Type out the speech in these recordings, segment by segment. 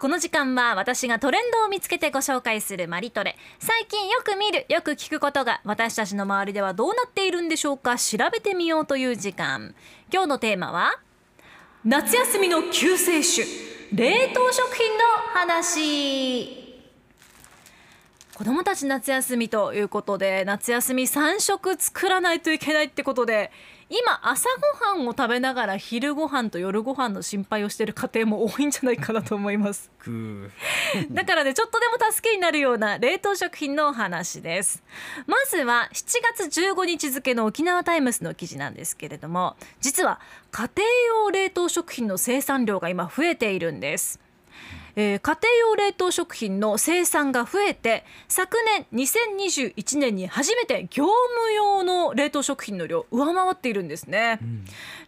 この時間は私がトレンドを見つけてご紹介するマリトレ最近よく見るよく聞くことが私たちの周りではどうなっているんでしょうか調べてみようという時間今日のテーマは夏休みの救世主冷凍食品の話子どもたち夏休みということで夏休み3食作らないといけないってことで今朝ごはんを食べながら昼ごはんと夜ごはんの心配をしている家庭も多いんじゃないかなと思います。くーだからねちょっとでも助けになるような冷凍食品のお話ですまずは7月15日付の沖縄タイムスの記事なんですけれども実は家庭用冷凍食品の生産量が今増えているんですえー家庭用冷凍食品の生産が増えて昨年2021年に初めて業務用の冷凍食品の量上回っているんですね、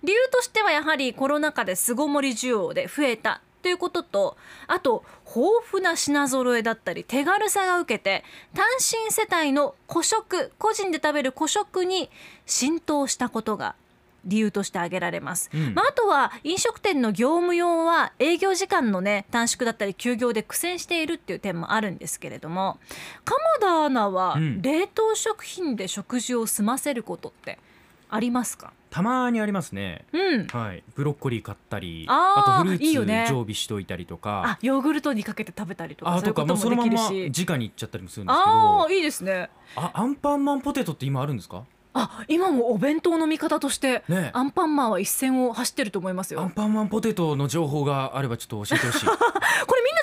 理由としてはやはりコロナ禍で巣ごもり需要で増えたということとあと豊富な品揃えだったり手軽さが受けて単身世帯の個食個人で食べる個食に浸透したことが理由として挙げられます、うんまあ、あとは飲食店の業務用は営業時間のね短縮だったり休業で苦戦しているっていう点もあるんですけれども鎌田アナはうん冷凍食品で食事を済ませることってありますか、たまにありますねうん、はいブロッコリー買ったりあーあとフルいいよーねツ常備しといたりとあかヨーグルトにかけて食べたりとかそあういとうこかもとうもそでのまきんるま直しに行っちゃったりもするんですけあどあいいですねあアンパンマンポテトって今あるんですかあ今もお弁当の味方としてねえアンパンマンは一線を走ってると思いますよアこンパンマンポテトの情報があればちょっと教えて ほしいれみんな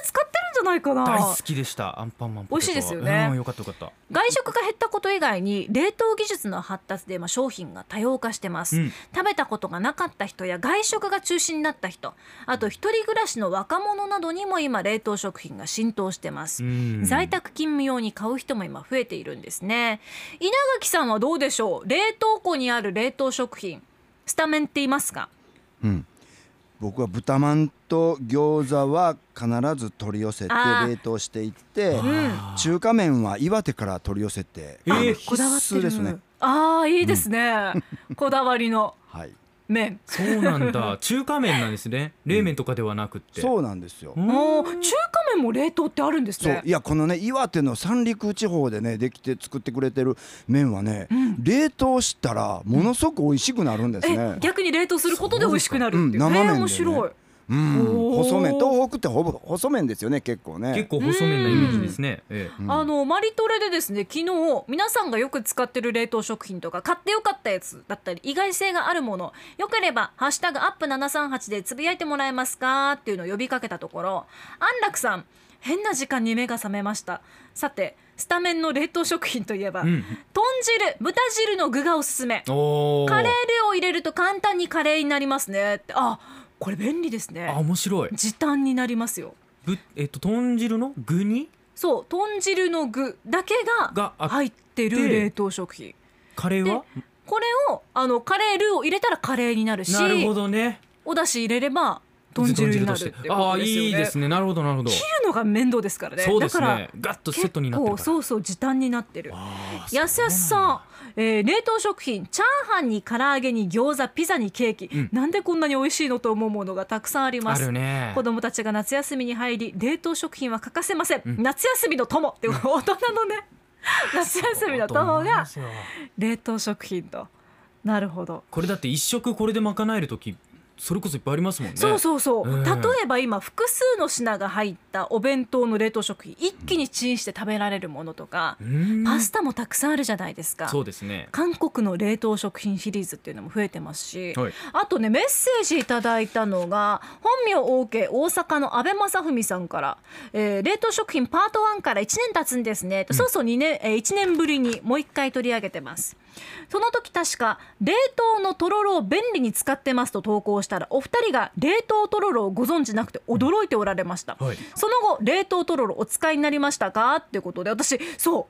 使ってるんじゃないか大な好きでしたアンパンマンポテト美味しいですよねうんよかったよかった外食が減ったこと以外に冷凍技術の発達でまあ商品が多様化してます、うん食べたことがなかった人や外食が中心になった人あと一人暮らしの若者などにも今冷凍食品が浸透してます、うん在宅勤務用に買う人も今増えているんですね稲垣さんはどうでしょう冷凍庫にある冷凍食品スタメンって言いますかうん、僕は豚まんと餃子は必ず取り寄せてあー冷凍していってあー中華麺は岩手から取り寄せて、えーあのこ必須ですね。ああいいですね、こだわりのはい、麺そうな んだ中華麺なんですね冷麺とかではなくって そうなんですよ。うんおー中華麺も冷凍ってあるんですそうねいやこのね岩手の三陸地方でねできて作ってくれてる麺はね、冷凍したらものすごく美味しくなるんですえね。逆に冷凍することで美味しくなるっていう、そうですかうんえ生麺でーね面白いうん、おー細麺東北ってほぼ細麺ですよね結構ね。結構細麺なイメージですねええうんあのマリトレでですね昨日皆さんがよく使ってる冷凍食品とか買ってよかったやつだったり意外性があるものよければ「ハッシュタグアップ #738」でつぶやいてもらえますかっていうのを呼びかけたところ安楽さん変な時間に目が覚めましたさてスタメンの冷凍食品といえば、うん豚汁豚汁の具がおすすめおーカレールーを入れると簡単にカレーになりますねってあこれ便利ですあね面白い時短になりますよぶえっと豚汁の具にそう豚汁の具だけががあって入ってる冷凍食品カレーはこれをあのカレールーを入れたらカレーになるしなるほどねお出汁入れれば豚汁になるっていうことですよねああーいいですねなるほどなるほど切るのが面倒ですからねそうですだからねガッとセットになってる結か構らそうそう時短になってるあー安安そうなさんだん、えー冷凍食品チャーハンに唐揚げに餃子ピザにケーキ、うんなんでこんなに美味しいのと思うものがたくさんありまあするね子どもたちが夏休みに入り冷凍食品は欠かせません、うん夏休みの友っていう大人のね夏休みの友が冷凍食品となるほど、これだって一食これで賄える時それこそいっぱいありますもんねそうそうそう、うん例えば今複数の品が入ったお弁当の冷凍食品一気にチンして食べられるものとか、うんパスタもたくさんあるじゃないですかそうですね韓国の冷凍食品シリーズっていうのも増えてますし、はいあとねメッセージいただいたのが本名 OK 大阪の阿部正文さんから、えー冷凍食品パート1から1年経つんですね、とそうそう2年、え1年ぶりにもう1回取り上げてますその時確か冷凍のとろろを便利に使ってますと投稿したらお二人が冷凍とろろをご存知なくて驚いておられました、はいその後冷凍とろろお使いになりましたかっていうことで私そう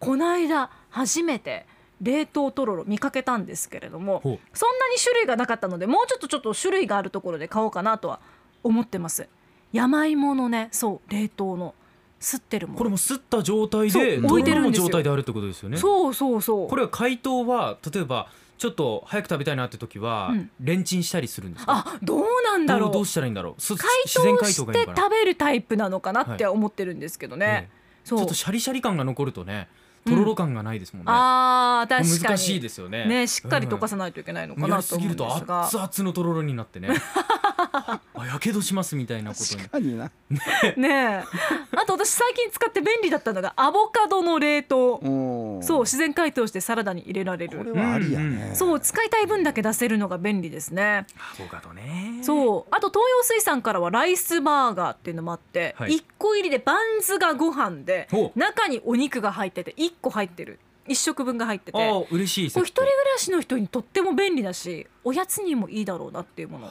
この間初めて冷凍とろろ見かけたんですけれどもそんほなに種類がなかったのでもうちょっとちょっと種類があるところで買おうかなとは思ってます山芋のねそう冷凍の吸ってるものこれもすった状態そうで置いてるんですよどの状態であるってことですよねそうそうそうこれは解凍は例えばちょっと早く食べたいなって時は、うんレンチンしたりするんですかあどうなんだどろううどうしたらいいんだろうす解自然凍解し凍がていいのかな食べるタイプなのかなって思ってるんですけどね、ええちそょうっとシャリシャリ感が残るとねうんとろろ感がないですもんね、あー確かに難しいですよねねしっかり溶かなさないといけないのい、うかん、やなりとす思ぎうんるとです熱が々のとろろになってね あやけどしますみたいなことに確かになねえあと私最近使って便利だったのがアボカドの冷凍うんそうこ自然解凍してサラダに入れられれるはありやね、うんうんそう使いたい分だけ出せるのが便利ですねアボカドねそうあと東洋水産からはライスバーガーっていうのもあって、はい1個入りでバンズがご飯でほう中にお肉が入ってて1個入ってる1食分が入っててあこー嬉しいセれッ一ト人暮らしの人にとっても便利だしおやつにもいいだろうなっていうもの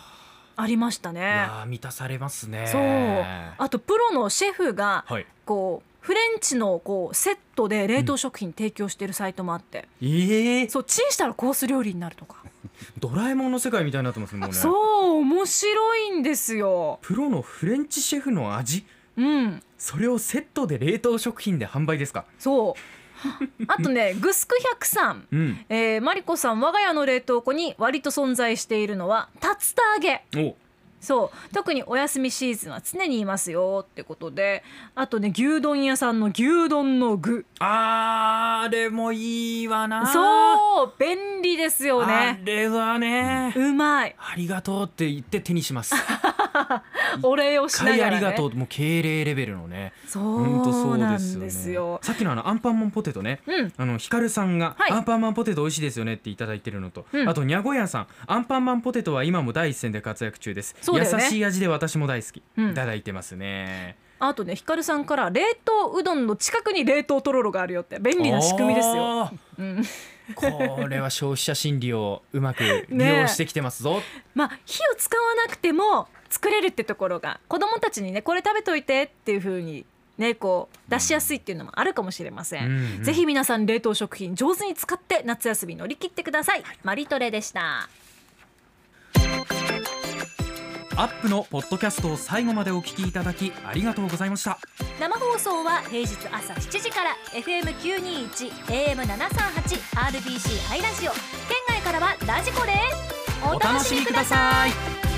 ありましたいねやー満たされますねそうあとプロのシェフがはいこうフレンチのこうセットで冷凍食品提供しているサイトもあって、ええそうチンしたらコース料理になるとか、ドラえもんの世界みたいになってますねもうねそう面白いんですよプロのフレンチシェフの味うんそれをセットで冷凍食品で販売ですかそうあとねグスク100さんうんえー、マリコさん我が家の冷凍庫に割と存在しているのは竜田揚げおそう特にお休みシーズンは常にいますよってことであとね牛丼屋さんの牛丼の具あーあれもいいわなそう便利ですよあねれはねうまいありがとうって言って手にし ますお礼をしな買いがあらりがねとうもう敬礼レベルのね本当そそううなですんよねですよさっきのあのアンパンマンポテトねうんあのヒカルさんが、はいアンパンマンポテト美味しいですよねっていただいてるのと、うんあとにゃごやさんアンパンマンポテトは今も第一線で活躍中です、そうだよね優しい味で私も大好き、うんいただいてますねあとねひかるさんから冷凍うどんの近くに冷凍とろろがあるよって便利な仕組みですよ、あーうん、これは消費者心理をうまく利ねえ用してきてますぞ、まあ火を使わなくても作れるってところが子どもたちにねこれ食べといてっていう風にねこう出しやすいっていうのもあるかもしれません、うんうんぜひ皆さん冷凍食品上手に使って夏休み乗り切ってください、マリトレでしたアップのポッドキャストを最後までお聞きいただきありがとうございました生放送は平日朝7時から FM921 AM738 RBC ハイラジオ県外からはラジコですお楽しみくださいい